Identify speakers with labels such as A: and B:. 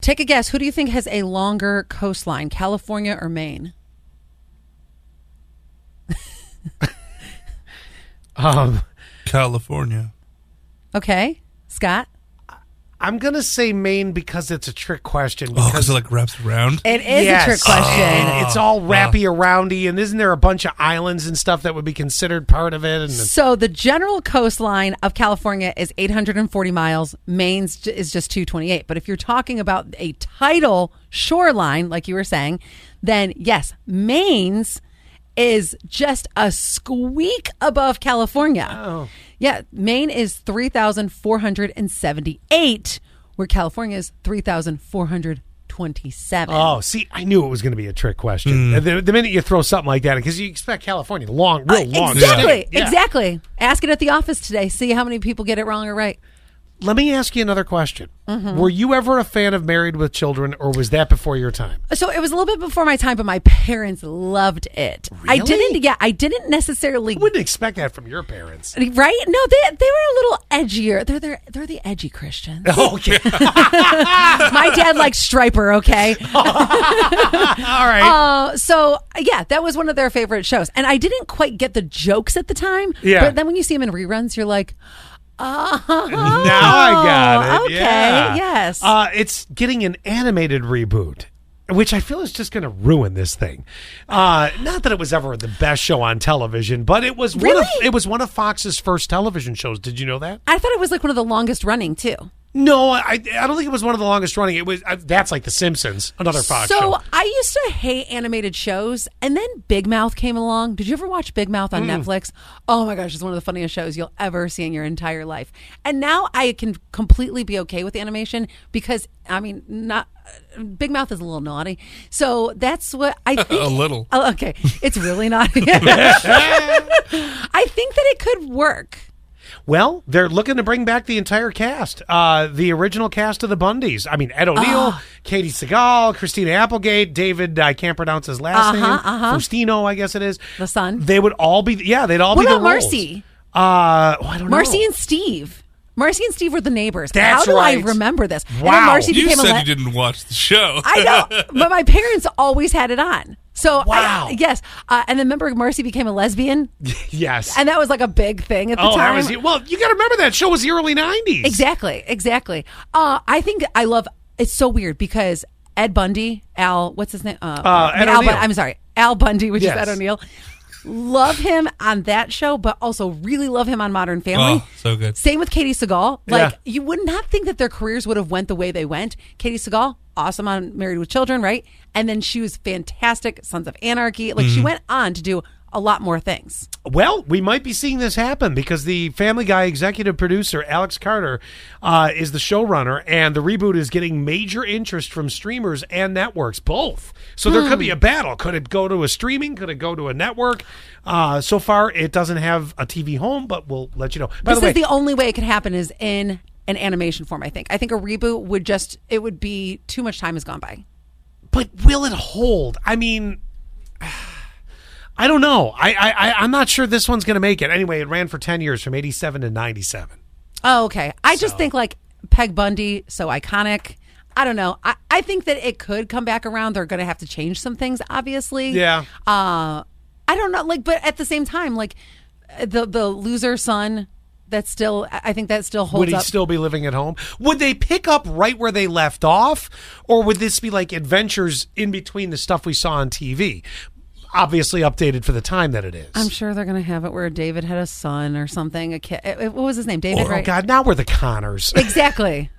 A: Take a guess. Who do you think has a longer coastline, California or Maine?
B: Um,
C: California.
A: Okay, Scott.
B: I'm gonna say Maine because it's a trick question.
C: Oh,
B: Because
C: because it like Oh, wraps around.
A: It is a trick question.
B: And it's all wrappy aroundy, and isn't there a bunch of islands and stuff that would be considered part of it? And
A: So the general coastline of California is 840 miles. Maine's j- is just 228. But if you're talking about a tidal shoreline, like you were saying, then yes, Maine's is just a squeak above California. Yeah, Maine is 3,478, where California is 3,427.
B: oh, see, I knew it was gonna be a trick question.
C: Hmm.
B: The, the minute you throw something like that, because you expect California long, real long.
A: Uh, exactly,
B: state. Yeah.
A: exactly. Ask it at the office today. See how many people get it wrong or right.
B: Let me ask you another question.
A: Mm-hmm.
B: Were you ever a fan of Married with Children, or was that before your time?
A: So it was a little bit before my time, but my parents loved it. I
B: Really?
A: didn't. Yeah, I didn't necessarily.
B: I wouldn't expect that from your parents.
A: Right? No, they they were a little edgier. They're they're they're the edgy Christians.
C: Oh,
B: Okay,
A: my dad likes Striper. Okay.
B: Oh. all right.
A: Uh, so yeah, that was one of their favorite shows, and I didn't quite get the jokes at the time.
B: Yeah.
A: But then when you see them in reruns, you're like, oh,
B: now I got it.
A: Okay.
B: Yeah.
A: Yes.
B: Uh, it's getting an animated reboot, which I feel is just going to ruin this thing. Uh, not that it was ever the best show on television, but it was one of
A: Really?
B: it was one of Fox's first television shows. Did you know that?
A: I thought it was like one of the longest running too.
B: No, I I don't think it was one of the longest running. It was I, that's like The Simpsons, another Fox
A: so
B: show.
A: I used to hate animated shows, and then Big Mouth came along. Did you ever watch Big Mouth on
C: Hmm.
A: Netflix? Oh my gosh, it's one of the funniest shows you'll ever see in your entire life. And now I can completely be okay with animation because I mean, not Big Mouth is a little naughty, so that's what I think.
C: A little.
A: Oh, okay, it's really naughty. I think that it could
C: Oh.
A: work.
B: Well, they're looking to bring back the entire cast, uh, the original cast of the Bundys. I mean, Ed O'Neill,
A: Ah.
B: Katie Segal, Christina Applegate, David. I can't pronounce his last name. Faustino, I guess it is.
A: Uh-huh, The son.
B: They would all be. Yeah, they'd all
A: What
B: be. the
A: about
B: roles.
A: Marcy?
B: Uh, oh, I don't know.
A: Marcy and Steve. Marcy and Steve were the neighbors. How
B: That's
A: do
B: right.
A: I remember this? And then
B: Wow.
A: Marcy
C: You
A: became a
C: said
A: le-
C: you didn't watch the show.
A: I know, but my parents always had it on. So I-
B: Wow.
A: yes, uh, and then remember Marcy became a lesbian,
B: Yes.
A: and that was like a big thing at the
B: oh,
A: time.
B: that was. Well, you got to remember that show was the early '90s.
A: Exactly, exactly. Uh, I think I love. It's so weird because Ed Bundy, Al, what's his name? Uh, I mean,
B: Ed
A: Al
B: O'Neill.
A: Bun- I'm sorry, Al Bundy, which
B: Yes.
A: is Ed O'Neill. Love him on that show, but also really love him on Modern Family.
C: Oh, so good.
A: Same with Katie Segal. Like
B: Yeah.
A: you would not think that their careers would have went the way they went. Katie Segal, awesome on Married with Children, right? And then she was fantastic, Sons of Anarchy. Like she went on to do a lot more things.
B: Well, we might be seeing this happen because the Family Guy executive producer Alex Carter uh, is the showrunner, and the reboot is getting major interest from streamers and networks, both. So there could be
A: Hmm.
B: a battle. Could it go to a streaming? Could it go to a network? Uh, so far, it doesn't have a TV home, but we'll let you know. By
A: this
B: the way,
A: is the only way it could happen is in an animation form. I think. I think a reboot would just it would be too much time has gone by.
B: but will it hold? I mean, I don't know. I, I, I I'm not sure this one's going to make it. Anyway, it ran for ten years, from '87 to '97.
A: Oh, okay. I just think like Peg Bundy, so iconic. I don't know. I, I think that it could come back around. They're going to have to change some things, obviously.
B: Yeah.
A: Uh, I don't know. Like, but at the same time, like uh, the the loser son, that's still. I I think that still holds
B: Would he
A: up.
B: still be living at home? Would they pick up right where they left off, or would this be like adventures in between the stuff we saw on TV? Obviously, updated for the time that it is.
A: I'm sure they're going to have it where David had a son or something. A kid. What was his name? David.
B: Or, oh
A: right?
B: God, now we're the Connors.
A: Exactly.